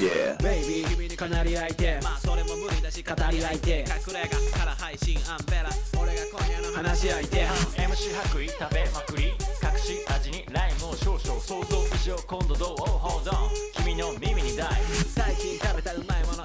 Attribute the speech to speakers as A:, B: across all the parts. A: Yeah
B: ベイビー君にかなり相手
C: まあそれも無理だし語り合いて隠れ家から配信アンベラ俺が今夜の話
B: 話し合い手
D: MC 白衣食べまくり隠し味にライムを少々想像以上今度どう Hold on 君の耳にダイ
C: 最近食べたうまいもの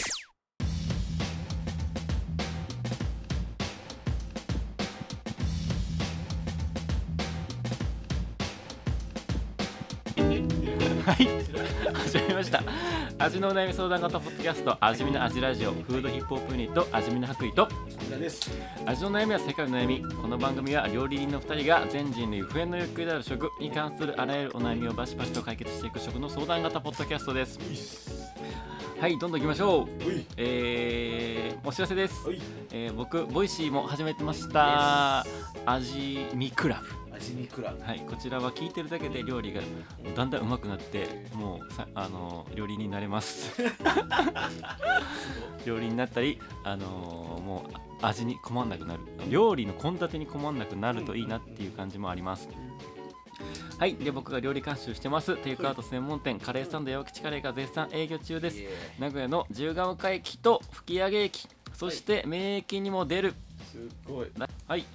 E: はい始めました味のお悩み相談型ポッドキャスト味見の味ラジオフードヒップホップユニット味見の白衣と味の悩みは世界の悩みこの番組は料理人の2人が全人類不縁の欲求である食に関するあらゆるお悩みをバシバシと解決していく食の相談型ポッドキャストですはいどんどんいきましょうえー、お知らせです、えー僕ボイシーも始めてました味見クラブ
A: 味見クラブ
E: はい、こちらは聞いてるだけで料理がだんだんうまくなってもうさあの料理人になれます料理になったりあのもう味に困んなくなる料理の献立に困んなくなるといいなっていう感じもありますはいで僕が料理監修してますテイクアウト専門店カレーサンド八吉カレーが絶賛営業中です名古屋の十ヶ丘駅と吹上駅そして名駅にも出る
A: すごい
E: はい。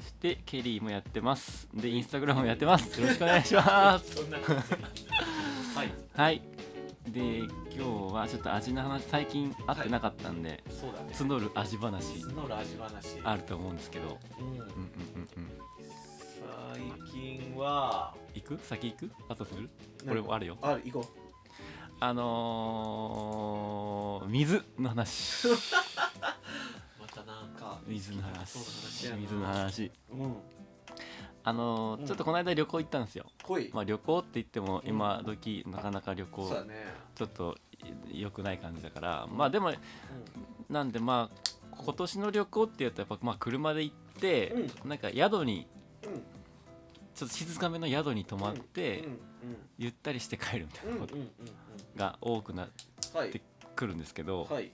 E: そしてケリーもやってます。で、インスタグラムもやってます。よろしくお願いします。
A: はい
E: はい。で、今日はちょっと味の話、最近会ってなかったんで、
A: そうだね
E: 募る味話
A: 角の味話
E: あると思うんですけど。
A: うん
E: うんうんうんうん。
A: 最近は
E: 行く先行くあとする俺もあるよ。
A: あ行こ
E: あのー、水の 話。
A: うまたなんか
E: 水の
A: そうだ話
E: 話。
A: やな
E: 水の話。
A: うん
E: あのー
A: うん
E: ちょっとこの間旅行行ったんですよ。
A: 濃い
E: まあ旅行って言っても今時なかなか旅行
A: そうだね
E: ちょっと良くない感じだからまあでもなんでまあ今年の旅行ってやったらやっぱまあ車で行って、なんか宿に
A: うんうん
E: ちょっと静かめの宿に泊まって、
A: うん
E: ゆったりして帰るみた
A: うん
E: い
A: うん
E: な
A: うん
E: こ
A: う
E: と
A: ん
E: が多くなって
A: はい
E: くるんですけど、
A: はい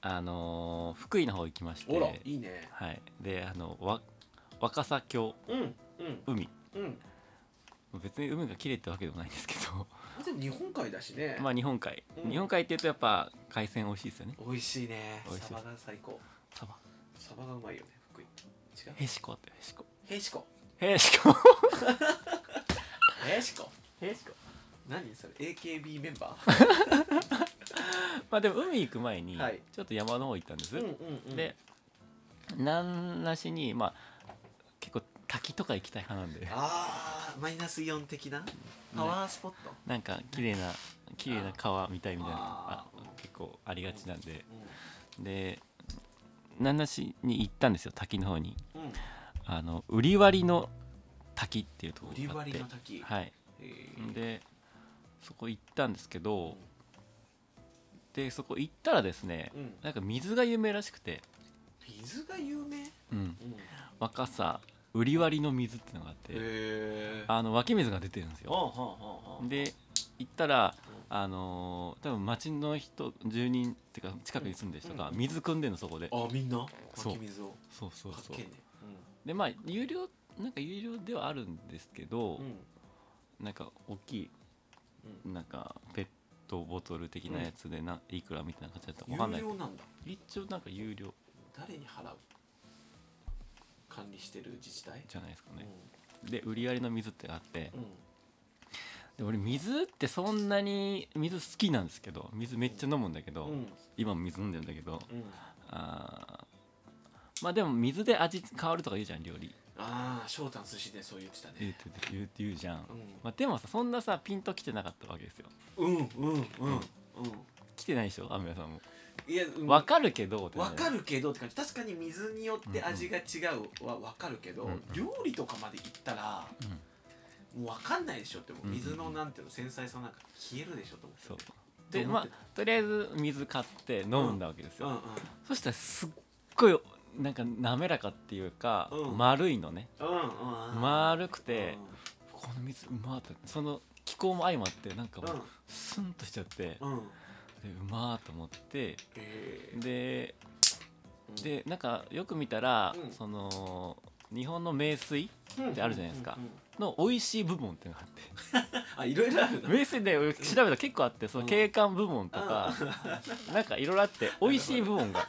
E: あのー福井の方行きまして
A: おらいいね
E: はい、であのわ若狭峡
A: うんうん
E: 海
A: うん
E: 別に海が綺麗ってわけでもないんですけ
A: でも日本海だしね
E: どまあ日本海、
A: うん
E: 日本海っていうとやっぱ海鮮美味しいですよね
A: 美味しいね
E: 美味しい
A: サバが最高
E: サバ
A: サバがうまいよね福井違う
E: へしこってへしこ
A: へしこ
E: へしこ
A: へしこ
E: へしこ
A: 何それ AKB メンバー
E: まあでも海行く前に
A: はい
E: ちょっと山の方行ったんです、
A: んう
E: でなんなしにまあ結構滝とか行きたい派なんで
A: あーマイナスイオン的なパワースポット、
E: なんか綺麗な綺麗な川見たいみたいな
A: あ
E: あ
A: ー
E: 結構ありがちなんででなんなしに行ったんですよ滝の方に
A: うん
E: あの売り割りの滝っていうとこ
A: 売
E: ろ
A: り
E: があって
A: 割りの滝、
E: はい
A: えー
E: でそこ行ったんですけどでそこ行ったらですね
A: うん、
E: なんか水が有名らしくて、
A: 水が有名、うん、
E: うん、
A: へ
E: 若さ売り割りの水ってのがあって、
A: え
E: あの湧き水が出てるんです
A: は
E: よ
A: あはあはあ
E: で行ったらあのー多分町の人住人っていうか近くに住んでる人が
A: うん
E: 水汲んでるのそこで、
A: あみんな湧
E: そう
A: き水を
E: そうそう
A: 発
E: そ
A: 見ね
E: うでまあ有料なんか有料ではあるんですけど、
A: うんうん
E: なんか大きい
A: うん
E: なんかペットボトル的なやつでな、いくらみたいな感じだったかわかんな
A: 有
E: い
A: 料なんだ
E: 一応なんか有料
A: 誰に払う管理してる自治体
E: じゃないですかね、で売り割りの水ってあって
A: うん、うん、
E: で俺水ってそんなに水好きなんですけど水めっちゃ飲むんだけど、
A: うん
E: 今も水飲んでるんだけど
A: うん
E: あーまあでも水で味変わるとか言うじゃん料理
A: ああ翔太の寿司でそう言ってた
E: 言
A: ね
E: うて言う言うじゃん、
A: うん
E: まあ、でもさそんなさピンときてなかったわけですよ
A: うんうんうんうん
E: 来てないでしょアメヤさんも
A: いや、うん、
E: わかるけどってな
A: わ
E: る
A: かるけどって感じ確かに水によって味が違うはわかるけど、
E: うんうん
A: 料理とかまでいったら、もうわかんないでしょってもう
E: うんうん
A: 水のなんていうの繊細さなんか消えるでしょと思って
E: そう
A: どう
E: で
A: 思
E: ま
A: っ
E: あ
A: て
E: とりあえず水買って飲んだわけですよ、
A: うんうん
E: そしたらすっごいなんか滑らかっていうか、
A: うん
E: 丸いのね
A: うんうん
E: 丸く
A: うん
E: て、この水うまーってその気候も相まってなんかも
A: う
E: うスンとしちゃって、
A: んうん
E: でうまーと思って
A: え
E: で
A: うん
E: でなんかよく見たら、
A: うん
E: その日本の名水
A: ー
E: ってあるじゃないですか
A: うんうんうん
E: の美味しい部門っていうのがあって
A: あいろいろあるな
E: 名水で俺調べたら結構あってその
A: うん
E: 景観部門とか、なんかいろいろ あって美味しい部門が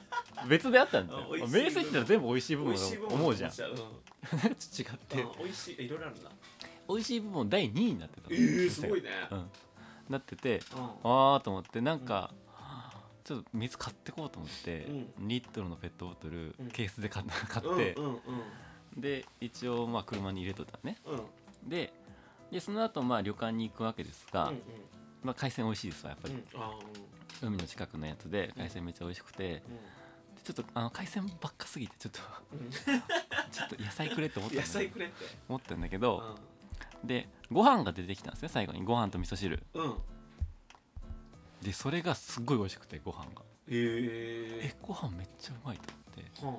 E: 別であったんだよ
A: あ美味しい部門
E: 名水って言ったら 全部美味しい部門だと思うじゃん ち
A: 美味しい部門だ
E: ょっと違って
A: と思っちゃううんあ美味しいいろいろあるな
E: 美味しい部門第2位になってたの
A: えー、すごいね、
E: うん、なってて
A: う
E: あーと思ってなんか、ちょっと水買ってこうと思って、
A: う
E: 2リットルのペットボトル、
A: うん
E: ケースで買っ買
A: ん、
E: って、
A: うんうんうん
E: で一応まあ車に入れとったのね
A: うん
E: ででその後まあ旅館に行くわけですが、
A: うんうん
E: まあ、海鮮美味しいですわやっぱ
A: う
E: り、
A: んあ
E: 海の近くのやつで海鮮めっちゃ美味しくて、でちょっとあの海鮮ばっかすぎてちょっと
A: うんうん
E: ちょっと野菜くれって思ったん
A: 野
E: だけど
A: 菜くれって
E: 思ったんだけど、でご飯が出てきたんですね最後にご飯と味噌汁
A: うんうん
E: でそれがすっごい美味しくてご飯が
A: え
E: えご飯めっちゃうまいと思って
A: ー、は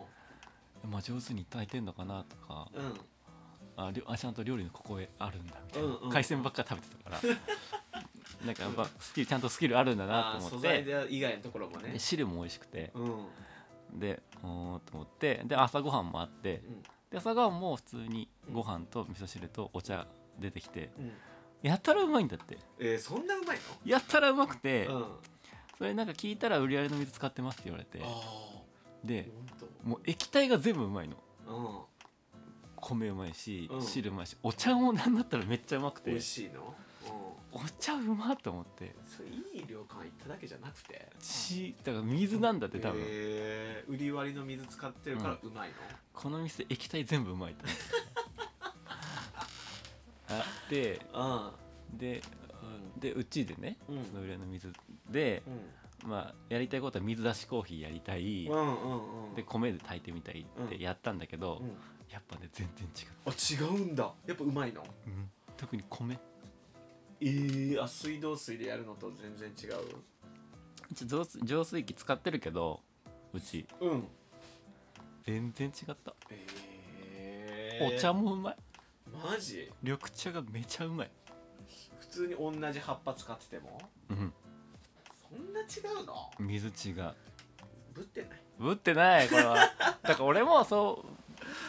E: まあ、上手に炊いてんのかなとか
A: あうん
E: ありょあちゃんと料理のここへあるんだみたいな、
A: うんうん
E: 海鮮ばっか食べてたから なんかやっぱスキルちゃんとスキルあるんだな
A: あー
E: と思
A: 素
E: っ
A: 材で
E: て
A: 以外のところもね
E: で汁も美味しくて
A: うんうん
E: でおーっと思ってで朝ごはんもあってで朝ごはんも普通にご飯と味噌汁とお茶出てきて
A: うん
E: やたらうまいんだって
A: えー、そんなうまい
E: やたらうまくて、
A: のうんあ
E: それなんか聞いたら売り上げの水使ってますって言われて
A: あほ
E: で
A: んと
E: もう液体が全部うまいの
A: うん
E: 米うまいし、
A: うん
E: 汁うまいしお茶もなんだったらめっちゃうまくて
A: 美味しいのう
E: お茶うまっと思って
A: んそれいい旅館行っただけじゃなくて
E: しだから水なんだって多分、
A: えー、売り割りの水使ってるからうまいの、
E: この店液体全部うまいと思って あって
A: あ
E: で
A: あうん
E: でうちでね、
A: うん
E: その裏の水で、まあやりたいことは水出しコーヒーやりたい、
A: うんうんうんうん
E: で米で炊いてみたいってやったんだけど、
A: うん、
E: やっぱね全然違
A: あ違うんだやっぱうまいの
E: う、特に米
A: えー、あ水道水でやるのと全然違う
E: ちょ浄水浄水器使ってるけどうち
A: うん
E: 全然違った、
A: え
E: お茶もうまい
A: マジ
E: 緑茶がめちゃうまい
A: 普通に同じ葉っぱ使ってても
E: うん
A: そんな違うの
E: 水違う
A: ぶってない
E: ぶってないこれは だから俺もそ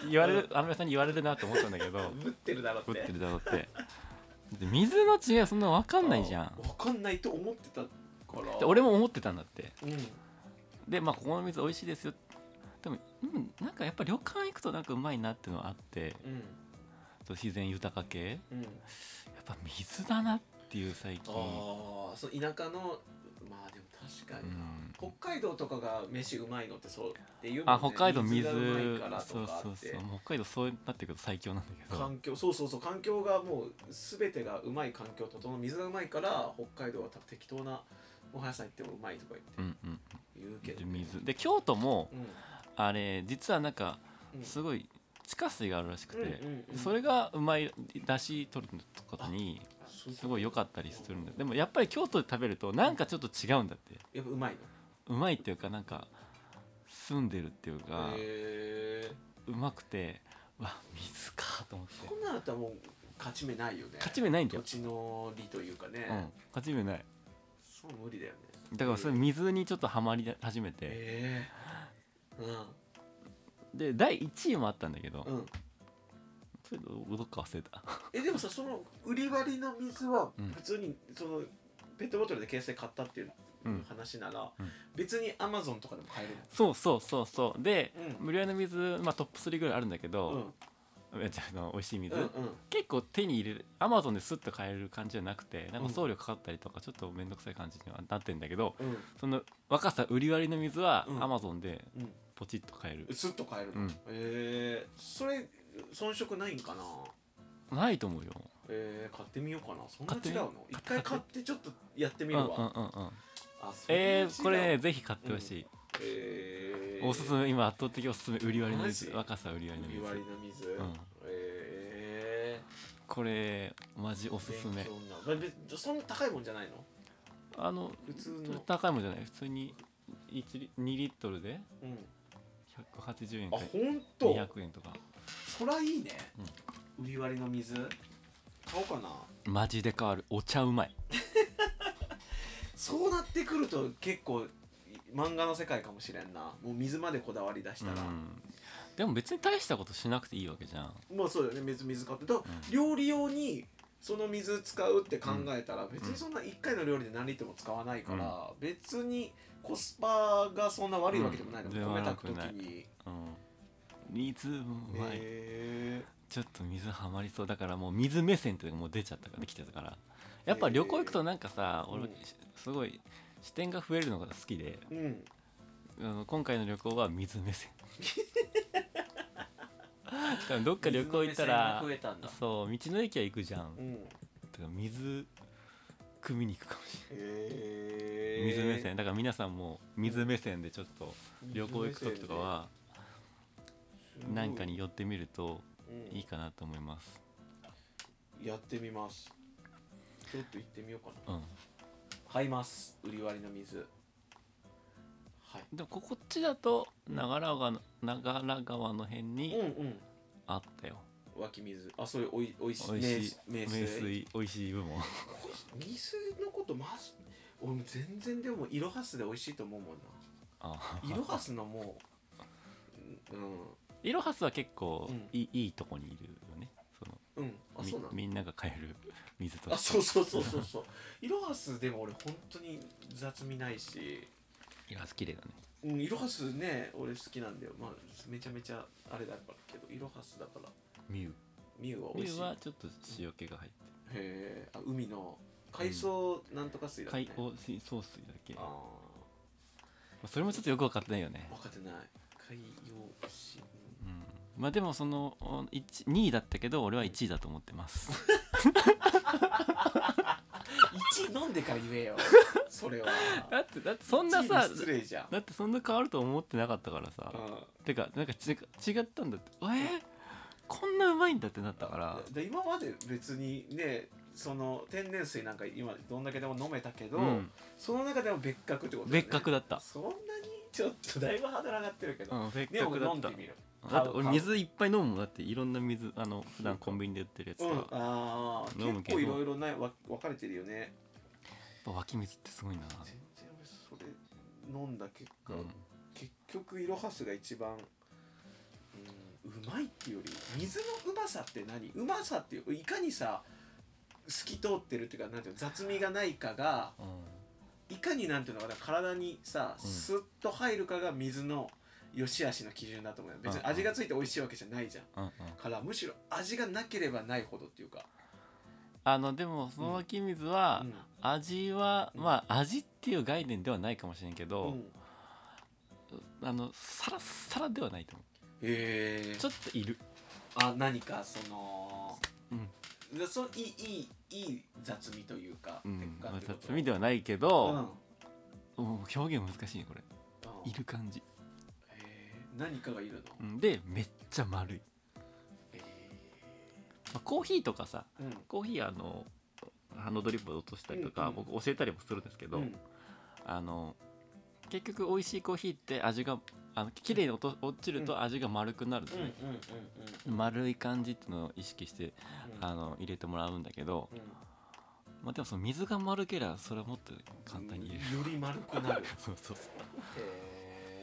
E: う言われる安室さんに言われるなと思ったんだけ ど
A: ぶってるだろって
E: ぶってるだろうってで水の違いそんな分かんないじゃん
A: 分かんないと思ってたから
E: で俺も思ってたんだって
A: うん
E: でまあここの水美味しいですよでも、うん、なんかやっぱ旅館行くとなんかうまいなっていうのはあって
A: うん
E: そう自然豊か系や
A: うん
E: っぱ水だなっていう最近
A: ああそう田舎のまあでも確か
E: う
A: にな、
E: ん
A: 北海道とかが飯うまいのってそうっていうもんね、
E: あ北海道水
A: がうまいからと
E: そう
A: か
E: そ
A: っ
E: う
A: て
E: そうもう北海道そうなってくると最強なんだけど
A: 環境そうそうそう環境がもう全てがうまい環境整う水がうまいから北海道は多分適当なお野菜行ってもうまいとか
E: う
A: 言って
E: んうん
A: 言うけど
E: で
A: ね、
E: 水で京都も
A: うん
E: あれ実はなんか
A: うん
E: すごい地下水があるらしくて、
A: うんうんうん
E: それがうまいだし取ることに
A: そう
E: すごい良かったりするんだでもやっぱり京都で食べるとなんかちょっと違うんだって
A: やっぱうまいう
E: まいっていうかなんか澄んでるっていうか
A: のへえ
E: うまくてうわ水かと思って
A: こんなんだったらもう勝ち目ないよね
E: 勝ち目ないんだ
A: 土
E: よ、
A: 地の利というかね、
E: うん、勝ち目ない
A: そう無理だよね
E: だからそれ水にちょっとハマり始めて
A: ええ
E: で第1位もあったんだけど
A: うんうん
E: それどどっか忘れた
A: えでもさその売り割りの水は
E: うん
A: 普通にそのペットボトルで形成買ったっていう
E: うん
A: 話なら、
E: うん
A: 別にアマゾンとかでも買える
E: そうそうそうそうで、
A: うん
E: 無料の水、まあ、トップ3ぐらいあるんだけ
A: の
E: ど、えじゃああの美味しい
A: うん
E: 水、
A: うんうん
E: 結構手に入れるアマゾンですっと買える感じじゃなくてなん
A: う
E: か
A: ん
E: 送料かかったりとかちょっと面倒くさい感じにはなってんだけど、
A: うん
E: その若さ売り割りの水は
A: うん
E: アマゾンで
A: うん
E: ポチッと買える、
A: スッと買えるの、
E: うん
A: えーそれ遜色ないんかな
E: ないと思うよ
A: えー、買ってみようかなそんな
E: 買って
A: 違
E: み
A: うの一回買ってちょっとやってみる
E: うんうん
A: わ
E: うんうん
A: あそんな違
E: え
A: う
E: ー、これねぜひ買ってほしい、
A: えー
E: おすすめ今圧倒的おすすめ売り割りの水
A: マジ
E: 若さ売り割りの
A: 湯
E: 水
A: 割りの水、
E: ん
A: え
E: これマジお
A: ー
E: すすめ
A: 勉強になるまあ別にそんな高いもんじゃないの
E: あの
A: 普通の
E: 高いもんじゃない普通に1リ2リットルで
A: うん
E: 180円
A: あ
E: か
A: 本当
E: 200円とか
A: そりゃいいね、売り割りの水買おうかな
E: マジで変わるお茶うまい
A: そうなってくると結構漫画の世界かもしれんなもう水までこだわり出したら、
E: うんでも別に大したことしなくていいわけじゃん
A: もうそうだよね水水買ってだから
E: うん
A: 料理用にその水使うって考えたら別にそんな1回の料理で何リットルも使わないから別にコスパがそんな悪いわけでもないの、
E: うん
A: 米炊く
E: ではな
A: 時
E: く
A: に
E: うん水うまい、
A: へ
E: ちょっと水ハマりそうだからもう水目線っていうのがもう出ちゃったから来てたからやっぱ旅行行くとなんかさ、
A: えー
E: 俺
A: うん
E: すごい視点が増えるのが好きで
A: えうん
E: あの今回の旅行は水目 線多分どっか旅行行ったら
D: 増えたんだ
E: そう道の駅は行くじゃん
A: うんへ
E: だから水汲みに行くかもしれ
A: え
E: ない水目線だから皆さんも水目線でちょっと旅行行く時とかは何かに寄ってみると
A: うん
E: いいかなと思います
A: やってみますちょっと行ってみようかな
E: うん
A: 買います売り割りの水はい
E: でもここっちだと長良川の長良川の辺
A: うん
E: に
A: うん
E: あったよ
A: 湧き水あそういうおいおいしい
E: 美味しい
A: 名
E: 名
A: 水
E: 水美味しい部門
A: 水のことまず俺も全然でもイロハスで美味しいと思うもん
E: あ
A: なイロハスのもう
E: イロハスは結構
A: うん
E: いい,、いいとこにいるよねその
A: うんうんあ
E: み
A: そうなん
E: みんなが買える水と
A: あ
E: して
A: そうそうそうそうそうイロハスでも俺本当に雑味ないし
E: イロハス綺麗だね
A: うんイロハスね俺好きなんだよまあめちゃめちゃあれだからけどイロハスだから
E: ミュウ
A: ミュウは美
E: ミ
A: 味
E: ュ
A: し
E: ウ
A: い
E: はちょっと塩気が入って
A: へえあ海の海藻なんとか水だっけ、
E: 海藻水ソースだっけ
A: あ
E: まあそれもちょっとよく分かってないよね
A: あ分かってない海洋水
E: うんまあでもその2位だったけど俺は1位だと思ってます
A: 1飲んでから言 えよそれは
E: だってだって そんなさ
A: 一位に失礼じゃん
E: だってそんな変わると思ってなかったからさ
A: うん
E: てかなんかち違ったんだってえー、こんなうまいんだってなったから
A: で今まで別にねその天然水なんか今どんだけでも飲めたけど、
E: うん
A: その中でも別格ってことだよね
E: 別格だった、
A: そんなにちょっとだいぶハードル上がってるけ
E: う
A: ど、
E: ん、別
A: でも
E: 格だ
A: 飲ん
E: っ
A: で
E: た
A: みる
E: だって俺
A: 買う
E: 水いっぱい飲むもんだっていろんな水あの普段コンビニで売ってるやつ
A: う
E: か
A: ん
E: ら、やっ
A: あー
E: 飲む
A: 結
E: けど
A: 構いろいろねわ分かれてるよね
E: ぱ湧き水ってすごいな
A: 全然俺それ飲んだ結果、
E: うん
A: 結局イロハスが一番、うん、うまいっていうより水のうまさって何うまさっていういかにさ透き通ってるっていうかなんていうの雑味がないかがいかになんていうのかな体にさ
E: うん
A: スッと入るかが水の良し悪しの基準だと思うよ別に
E: うんうん
A: 味がついて美味しいわけじゃないじゃん
E: うんうん
A: からむしろ味がなければないほどっていうか、
E: あのでもその湧き水は、
A: うん
E: 味は
A: うん
E: まあ味っていう概念ではないかもしれんけ
A: う
E: ど、
A: ん、
E: あのサラッサラではないと思
A: へえ
E: うちょっといる
A: あ何かその
E: うん、
A: でそのいいいいいい雑味というか、
E: うん
A: かっ
E: まあ
A: てこと
E: 雑味ではないけ
A: うん
E: ど、もう表現難しいねこれ
A: うん
E: いる感じ、
A: へー何かがいるの、
E: うん、でめっちゃ丸い、
A: え
E: まあ、コーヒーとかさ
A: ーうん
E: コーヒーあのハンドドリップで落としたりと
A: うん
E: か、
A: うん
E: 僕教えたりもするんですけど、
A: うん
E: あの結局美味しいコーヒーって味があの綺麗に落と落ちる
A: う
E: と味が丸くなるの
A: うんうんうん
E: ね、丸い感じっていうのを意識して
A: うん
E: あの入れてもらうんだけど、
A: うん
E: まあ、でもその水が丸けりゃそれはもっと簡単に入れる、
A: より丸くなる
E: そうそうそう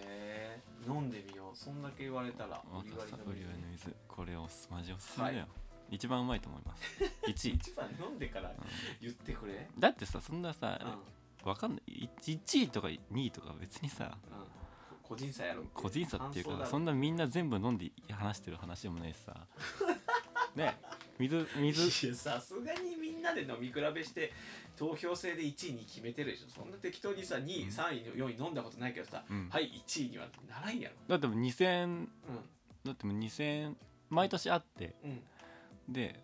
A: へー飲んでみようそんだけ言われたら
E: 若さ売り割りの水これをマジおすすめだよ、
A: は
E: 一番うまいと思います1位
A: 一番飲んでから言ってくれ
E: だってさそんなさ
A: うん、うん、
E: わかんない 1, 位とか2位とか別にさ
A: 個人差やろ
E: 個人差っていう
A: 感想
E: か
A: だ
E: そんなみんな全部飲んで話してる話でもないしさね水水
A: いやさすがにみんなで飲み比べして投票制で1位に決めてるでしょそんな適当にさ2位、
E: うん
A: 3位4位飲んだことないけどさ、
E: うん
A: はい1位にはならんやろ
E: だってもう2000
A: う
E: だってもう2000毎年あって
A: んうん
E: で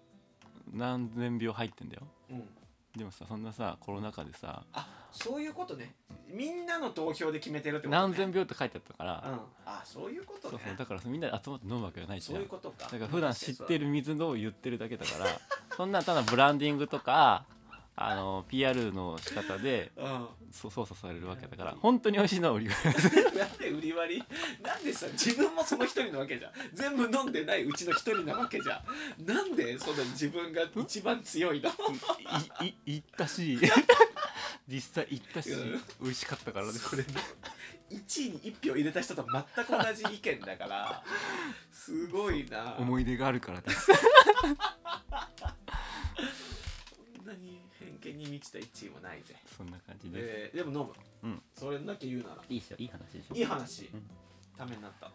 E: 何千秒入ってんだよ
A: うん
E: でもさそんなさコロナ禍でさ
A: あそういうことねみんなの投票で決めてるってこと、ね、
E: 何千秒って書いてあったか
A: う
E: ら
A: んあそういうこと
E: そう
A: ね
E: そうだからみんなで集まって飲むわけがない
A: そ
E: じ
A: う
E: ゃ
A: い
E: ん
A: うことか
E: だから普段知ってる水のを言ってるだけだから そんなただブランディングとかあの PR の仕方で
A: うん、なん
E: そう操作されるわけだから本当に美味しいのは売り 上げ
A: で売り割りなんでさ自分もその一人なわけじゃん全部飲んでないうちの一人なわけじゃんなんでその自分が一番強いの
E: いいいったし 実際行ったし美味しかったからね
A: それね1位に1票入れた人と全く同じ意見だから すごいな
E: 思い出があるからです
A: こんなに偏見に満ちた1位もないぜ、
E: そんな感じです、
A: えーでも飲む、
E: うん
A: それだけ言うなら
E: いいっしょいい話でしょ
A: いい話、
E: うん
A: ためになった
E: ど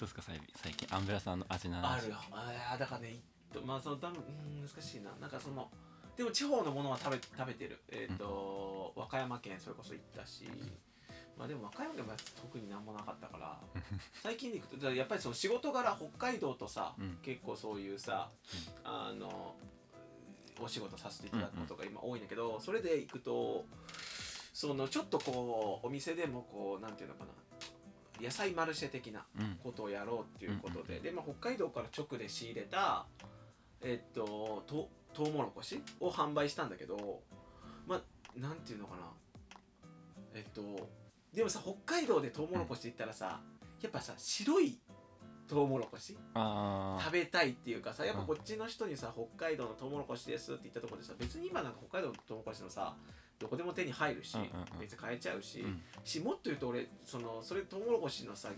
E: うですか最近最近アンブラさんの味の
A: あ
E: 話
A: るよあーだからねいっとまあその多分うん難しいななんかそのでも地方のものは食べ食べてるえっ、と、和歌山県それこそ行ったし、まあでも和歌山県は特になんもなかった から最近で行くとだからやっぱりその仕事柄北海道とさ、
E: うん
A: 結構そういうさ、あのお仕事させていただくことが今多いんだけど、それで行くとそのちょっとこうお店でもこうなんていうのかな野菜マルシェ的な
E: うん
A: ことをやろうっていうこと
E: うんうん
A: でで、まあ、北海道から直で仕入れたえっととトウモロコシを販売したんだけどまあなんていうのかなえっとでもさ北海道でトウモロコシって言ったらさやっぱさ白いトウモロコシ
E: あ
A: 食べたいっていうかさやっぱこっちの人にさ北海道のトウモロコシですって言ったところでさ別に今なんか北海道のトウモロコシのさどこでも手に入るし
E: うんうんうん
A: 別に買えちゃうし、
E: うん
A: しもっと言うと俺そのそれトウモロコシのさ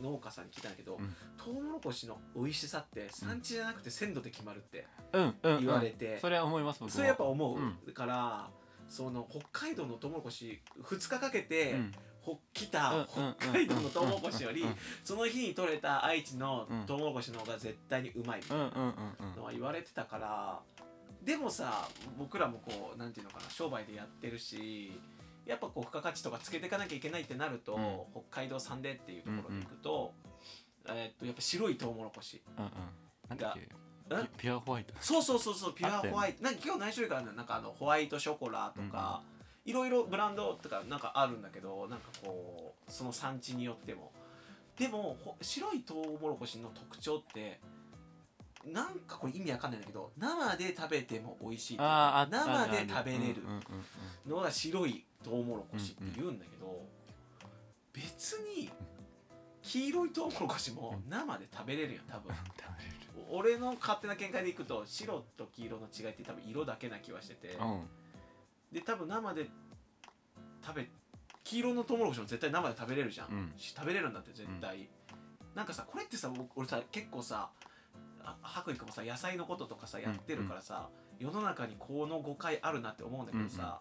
A: 農家さんに聞いたんだけど、
E: うん
A: トウモロコシの美味しさって産地じゃなくて鮮度で決まるって
E: うんうん、うん、
A: 言われて、
E: それは思います僕も
A: それやっぱ思う、
E: う
A: からその北海道のトウモロコシ2日かけて、
E: うん
A: ほ来た
E: うん
A: 北海道のトウモロコシより
E: うんうん
A: その日に採れた愛知の
E: うん
A: トウモロコシの方が絶対にうまいみた
E: う
A: い
E: んうん
A: な
E: うんうん
A: のは言われてたからでもさ僕らもこうなんていうのかな商売でやってるしやっぱこう付加価値とかつけていかなきゃいけないってなると、
E: うん
A: 北海道産でっていうところに行くと、えーっとやっぱ白いトウモロコシ
E: うんうんなんだっけ
A: がん
E: ピピュアホワイト
A: そうそうそうそうピュ
E: あっ
A: ア
E: たよね
A: ホワイトなんか今日何種類かあるのなんかあのホワイトショコラとか、いろいろブランドとかなんかあるんだけどなんかこうその産地によってもでもほ白いトウモロコシの特徴ってなんかこれ意味わかんないんだけど生で食べても美味しいっていう
E: あ
A: か
E: ーあ
A: 生で食べれる
E: うんうんうん
A: のが白いトウモロコシって言うんだけど、別に黄色いトウモロコシも生で食べれるよ多分
E: 食べれる
A: 俺の勝手な見解でいくと白と黄色の違いって多分色だけな気はしてて
E: うん
A: で多分生で食べ黄色のトウモロコシも絶対生で食べれるじゃん、
E: うん
A: し食べれるんだって絶対、なんかさこれってさ僕俺さ結構さあ白衣くんもさ野菜のこととかさやってるからさ、世の中にこの誤解あるなって思うんだけどさ、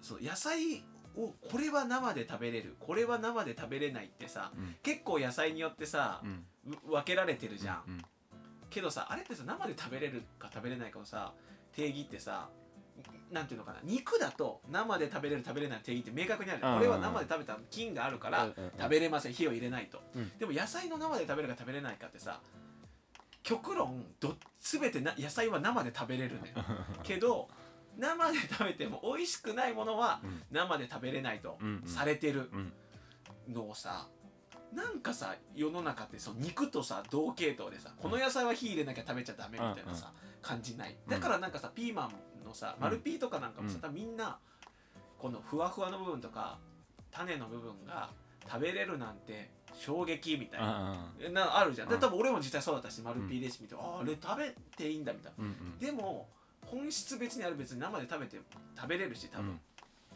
A: そう野菜をこれは生で食べれるこれは生で食べれないってさ
E: うん
A: 結構野菜によってさ
E: う、ん
A: う分けられてるじゃん、
E: うん
A: けどさあれってさ生で食べれるか食べれないかのさ定義ってさなんていうのかな肉だと生で食べれる食べれないの定義って明確にあるじゃん
E: うん
A: これは生で食べたら菌があるから
E: うん
A: 食べれません火を入れないと、
E: うん
A: でも野菜の生で食べるか食べれないかってさ極論ど全てな野菜は生で食べれるんだ よけど生で食べても美味しくないものは
E: うん
A: 生で食べれないと
E: うんうん
A: されてる
E: うん
A: のをさなんかさ世の中ってその肉とさ同系統でさこの野菜は火入れなきゃ食べちゃダメみたいなさ、感じないだからなんかさピーマンのさ
E: うん
A: 丸ピーとかなんかもさ、
E: うん
A: 多分みんなこのふわふわの部分とか種の部分が食べれるなんて衝撃みたいな,、
E: あ
A: なあるじゃんで
E: うん
A: 多分俺も実際そうだったし丸ピーレシピ見て、ああれ食べていいんだみたい
E: ーうんうん
A: なでも本質別にある別に生で食べて食べれるし多
E: う
A: 分、
E: ん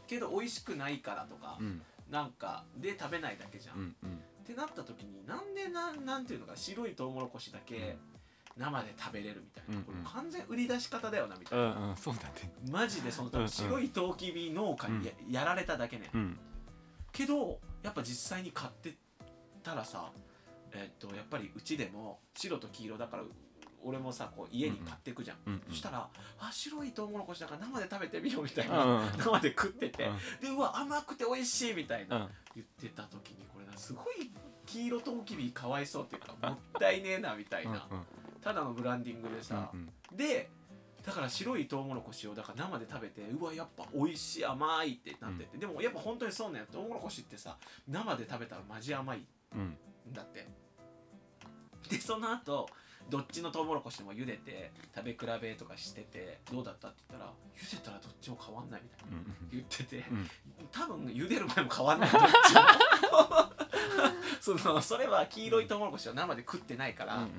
A: けど美味しくないからとか、
E: うん
A: なんかで食べないだけじゃん
E: うんうん
A: ってなった時になんでなんなんていうのか白いトウモロコシだけ生で食べれるみたいな、
E: うんうん
A: これ完全売り出し方だよなみた
E: う
A: いな、
E: んうんそうだね
A: マジでその
E: うんうん
A: 白いトウキビ農家にや,、やられただけね、
E: うん
A: けどやっぱ実際に買ってたらさえっとやっぱりうちでも白と黄色だから俺もさこう家に買ってくじゃん、
E: うんうん
A: そしたら「あ白いトウモロコシだから生で食べてみよう」みたいな、
E: うんうん
A: 生で食ってて、
E: うん
A: でうわ甘くて美味しいみたいな、
E: うん
A: 言ってた時にこれなすごい黄色とウキビかわいそうっていうかもったいねえなみたいな
E: うん
A: ただのブランディングでさ
E: うん
A: でだから白いトウモロコシをだから生で食べてうわやっぱ美味しい甘いってなっててでもやっぱ本当にそうねトウモロコシってさ生で食べたらマジ甘い
E: うん
A: んだってでその後どっちのトウモロコシも茹でて食べ比べとかしててどうだったって言ったら茹でたらどっちも変わんないみたいな
E: うん
A: 言ってて
E: うん
A: 多分茹でる前も変わんないどっちも そのそれは黄色いトウモロコシを生で食ってないから、
E: うん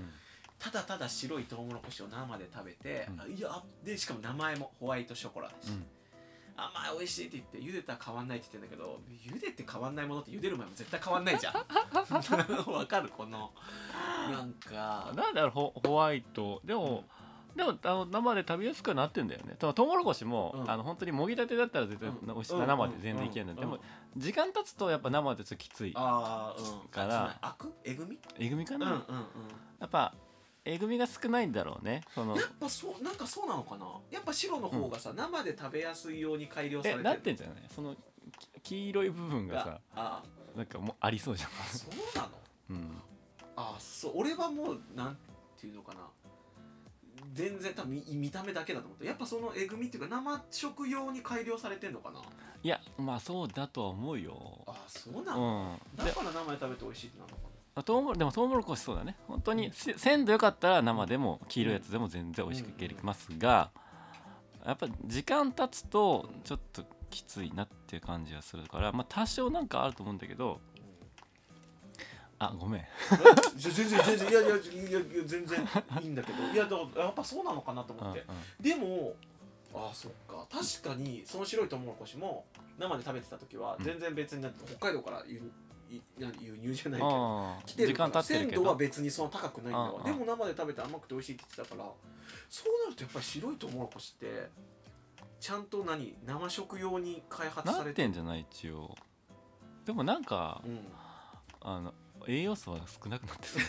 A: ただただ白いトウモロコシを生で食べて、
E: うん
A: いやでしかも名前もホワイトショコラだし、
E: うん
A: 甘い美味しいって言って茹でたら変わんないって言ってんだけど茹でて変わんないものって茹でる前も絶対変わんないじゃん わかるこのなんか
E: なんだろうホホワイトでも、でもあの生で食べやすくはなってんだよねとトウモロコシも、
A: うん
E: あの本当にもぎたてだったら絶対、
A: うん
E: おいし
A: うん
E: 生で全然いけるんだ、
A: うん
E: でも時間経つとやっぱ生でちょっときつい
A: ああうん
E: から
A: あつまり悪えぐみ
E: えぐみか
A: うんう
E: な、
A: んうん
E: やっぱえぐみが少ないんだろうねその
A: やっぱそうなんかそうなのかなやっぱ白の方がさ、生で食べやすいように改良されて
E: え
A: る
E: なってんじゃないそのき黄色い部分がさ
A: ああ
E: なんかもうありそうじゃ
A: あそうなの
E: ん、うん、
A: あそう俺はもうなんていうのかな全然多分見見た目だけだと思ってやっぱそのえぐみっていうか生食用に改良されてんのかない
E: やまあそうだとは思うよ
A: あそう
E: う
A: なの、
E: ん
A: だ
E: で
A: から生で食べて美味しいってなのか
E: あトウモロでもトウモロコシそうだね本当にせ鮮度良かったら生でも黄色いやつでも全然美味しくいけますがやっぱ時間経つとちょっときついなっていう感じがするからまあ多少なんかあると思うんだけどあごめん
A: なじゃ全然全然いやいやいやいや全然いいんだけどいやだからやっぱそうなのかなと
E: う
A: 思
E: ん
A: っ
E: うん
A: て、でもあそっか確かにその白いトウモロコシも生で食べてた時は
E: うん
A: 全然別になって北海道から輸い何輸入じゃないけど
E: あー
A: 来て
E: 時
A: るか
E: 間経
A: ら
E: ってる
A: 鮮
E: け
A: 度は
E: ど
A: 別にその高くないんだ
E: うんう
A: わ
E: ん
A: でも生で食べて甘くて美味しいって言ってたからそうなるとやっぱり白いトウモロコシってちゃんと何生食用に開発
E: な
A: さ
E: っ
A: れ
E: て
A: て
E: んじゃない一応でもなんか
A: うん、
E: あの栄養素は少なくなって る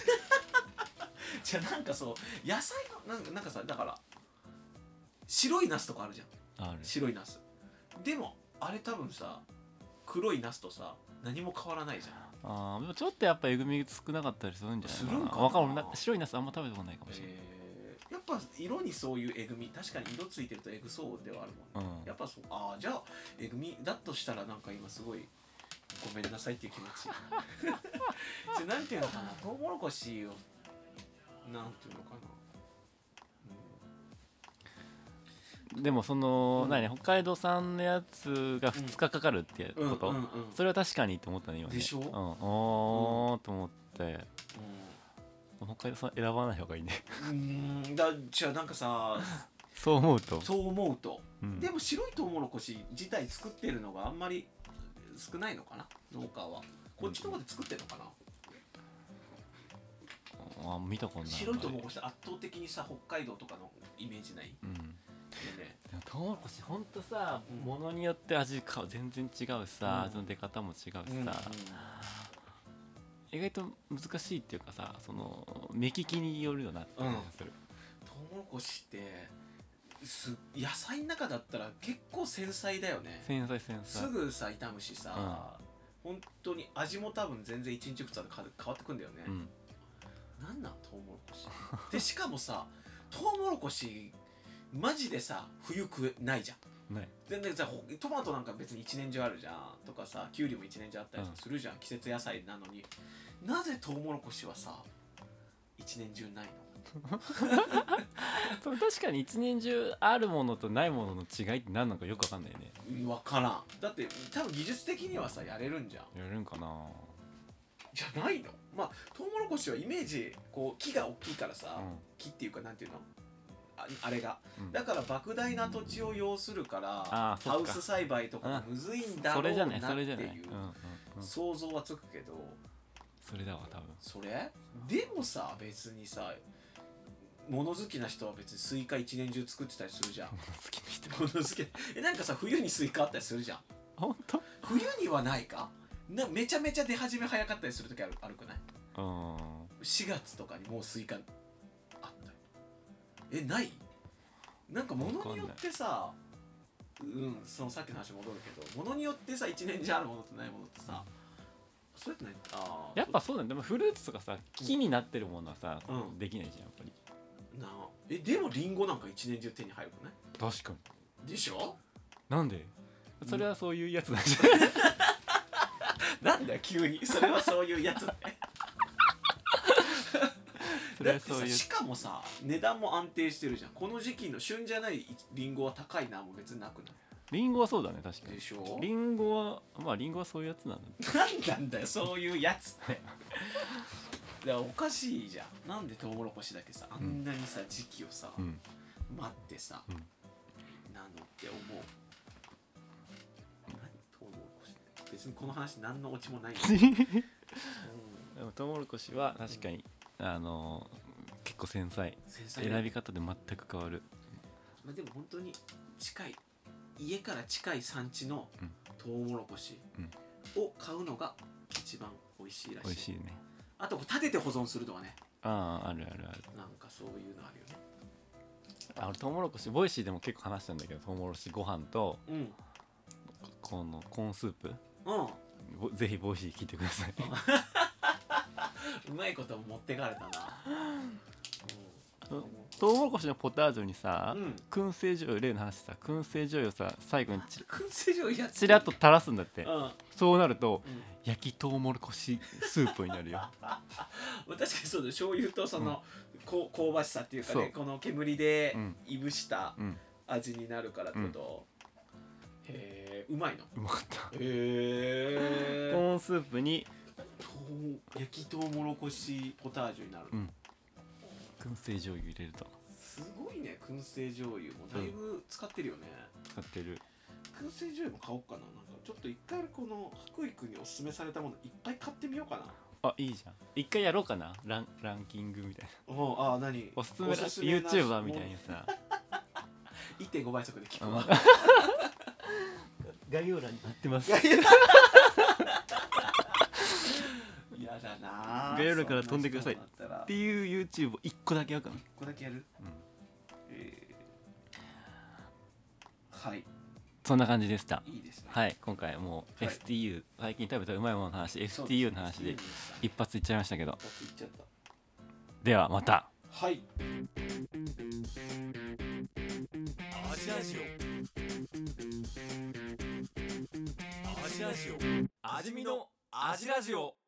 A: じゃあなんかそう野菜のなんかなんかさだから白いナスとかあるじゃん
E: ある
A: 白いナスでもあれ多分さ黒いナスとさ何も変わらないじゃん
E: あーでもちょっとやっぱえぐみ少なかったりするんじゃない
A: す
E: か
A: るん
E: な
A: かな
E: わかるな白いナスあんま食べたことないかもしれない、
A: えーやっぱ色にそういうえぐみ確かに色ついてるとえぐそうではあるもんね
E: うん
A: やっぱそうああじゃあえぐみだとしたらなんか今すごいごめんなさいっていう気持ち じゃなんていうのかなトウモロコシをなんていうのか
E: でもその、
A: うん
E: 何北海道産のやつが2日かかるって
A: なうん
E: こと、
A: うんうんうん
E: それは確かにって思ったね今ね
A: でしょ
E: うん、おーと思って北海道産選ばない方がいいね
A: うんうーんだじゃあなんかさ
E: そう思うと
A: そう思うと、
E: うん
A: でも白いトウモロコシ自体作ってるのがあんまり少ないのかな農家はこっちの方で作ってるのかな、
E: あ見たことない
A: 白いトウモロコシって圧倒的にさ北海道とかのイメージないよ
E: うん
A: ね
E: でもトウモロコシほんとさ
A: うん
E: ものによって味か全然違うさ、
A: うん
E: 味の出方も違うしさ、
A: うんうん
E: 意外と難しいっていうかさその目利きによるよなって感じがする、
A: トウモロコシってす野菜の中だったら結構繊細だよね
E: 繊細繊細
A: すぐさ傷むしさ、本当に味も多分全然一日二日で変わ変わってくんだよね、
E: うん
A: なんなんトウモロコシでしかもさトウモロコシマジでさ冬食えないじゃん
E: ない
A: 全然さほトマトなんか別に一年中あるじゃんとかさきゅうりも一年中あったりするじゃん、季節野菜なのになぜトウモロコシはさ一年中ないの
E: それ確かに一年中あるものとないものの違いって何なのかよくわかんないよね
A: 分からんだって多分技術的にはさやれるんじゃん
E: やれるんかな
A: じゃないのまあトウモロコシはイメージこう木が大きいからさ、
E: うん
A: 木っていうかなんていうのああれが
E: うん
A: だから莫大な土地を要するから、
E: あーそっ
A: ハ
E: か
A: ウス栽培とかもむずいんだろ
E: そうれじ
A: な
E: ゃ
A: って
E: ないそれじゃないい、うんうん
A: う
E: うん、
A: 想像はつくけど
E: それだわ多分
A: それでもさ別にさ物好きな人は別にスイカ一年中作ってたりするじゃん
E: 好きな人
A: 物好きえなんかさ冬にスイカあったりするじゃん
E: 本
A: 冬にはないかなめちゃめちゃ出始め早かったりする時あるあるくない
E: 当うん
A: 4月とかにもうスイカあったよえないなんか物によってさうんそのさっきの話戻るけど物によってさ1年じゃあるものとないものってさそれってないあー
E: やっぱそうだねでもフルーツとかさ木になってるものはさ、
A: うん
E: できないじゃんやっぱり
A: なあえでもリンゴなんか1年中手に入るくな
E: 確かに
A: いでしょ
E: なんでそれはそういうやつなんじゃ
A: なんだよ急に それはそういう やつって
E: そ
A: だ
E: れ
A: っ
E: は
A: て
E: そう
A: さ
E: いう
A: しかもさ値段も安定してるじゃんこの時期の旬じゃないリンゴは高いなもう別になくな
E: リンゴはそうだね確か
A: い
E: に
A: でしょ
E: リンゴはまあリンゴはそういうやつなんだ
A: 何なんだよそういうやつってだからおかしいじゃんなんでトウモロコシだけさあんなにさ時期をさ、
E: うん
A: 待ってさ、
E: うん
A: なのって思う別にこの話何のオチも ないんだけど、
E: で
A: う
E: もトウモロコシは確かに、あの結構繊細
A: ん、繊細だ
E: 選び方で全く変わる
A: まあ、でも本当に近い家から近い産地の
E: うん
A: トウモロコシ
E: うん
A: を買うのが一番美味しいら
E: 美
A: しい
E: 味しいね
A: あと立てて保存するとかね
E: あああるあるある
A: なんかそういうのあるよね
E: あ俺トウモロコシボイシーでも結構話したんだけどトウモロコシご飯と
A: うん
E: このコーンスープ
A: うん
E: ぼぜひボイシー聞いてください
A: うまいこと持ってかれたなうん
E: トウモロコシのポタージュにさ、
A: うん
E: 燻製醤油例の話さ燻製醤油をさ最後にち
A: 燻製醤油や
E: ちらっと垂らすんだって
A: うん、うん、ま
E: そうなると焼きトウモロコシスープにな るよ
A: あ確かにそうだ醤油とその、こう香ばしさっていうかね
E: そう
A: この煙で
E: うん
A: いぶした
E: うん
A: 味になるからってこと、へえうまいの
E: うまかっ
A: へ
E: たコ
A: え
E: ーンスープに
A: 焼きとうもろこしポタージュになる、
E: うん燻製醤油入れると
A: すごいね燻製醤油もだいぶ使ってるよね、
E: 使ってる
A: 燻製醤油も買おうかななんかちょっと一回この白衣くんにおすすめされたもの一回買ってみようかな
E: あいいじゃん一回やろうかなランランキングみたいな
A: おうああ何
E: おすすめ
A: な
E: YouTuber みたいにさ
A: 1.5倍速で聞く
E: あ
A: わ
E: の 概要欄に貼 ってます
A: 嫌だなあ
E: 概要欄から飛んでください
A: そな人だったら
E: っていう YouTube を1個だけやるかな
A: 一個だけやる、えーはい
E: そんな感じでした
A: いいですね
E: はい今回もう
A: はい
E: STU、最近食べたうまいものの話
A: そう
E: STU の話で
A: 一
E: 一発いっちゃいましたけど
A: 発いっちゃった
E: ではまた
A: はい。
B: アジラジオアジラジオ味見のアジラジオ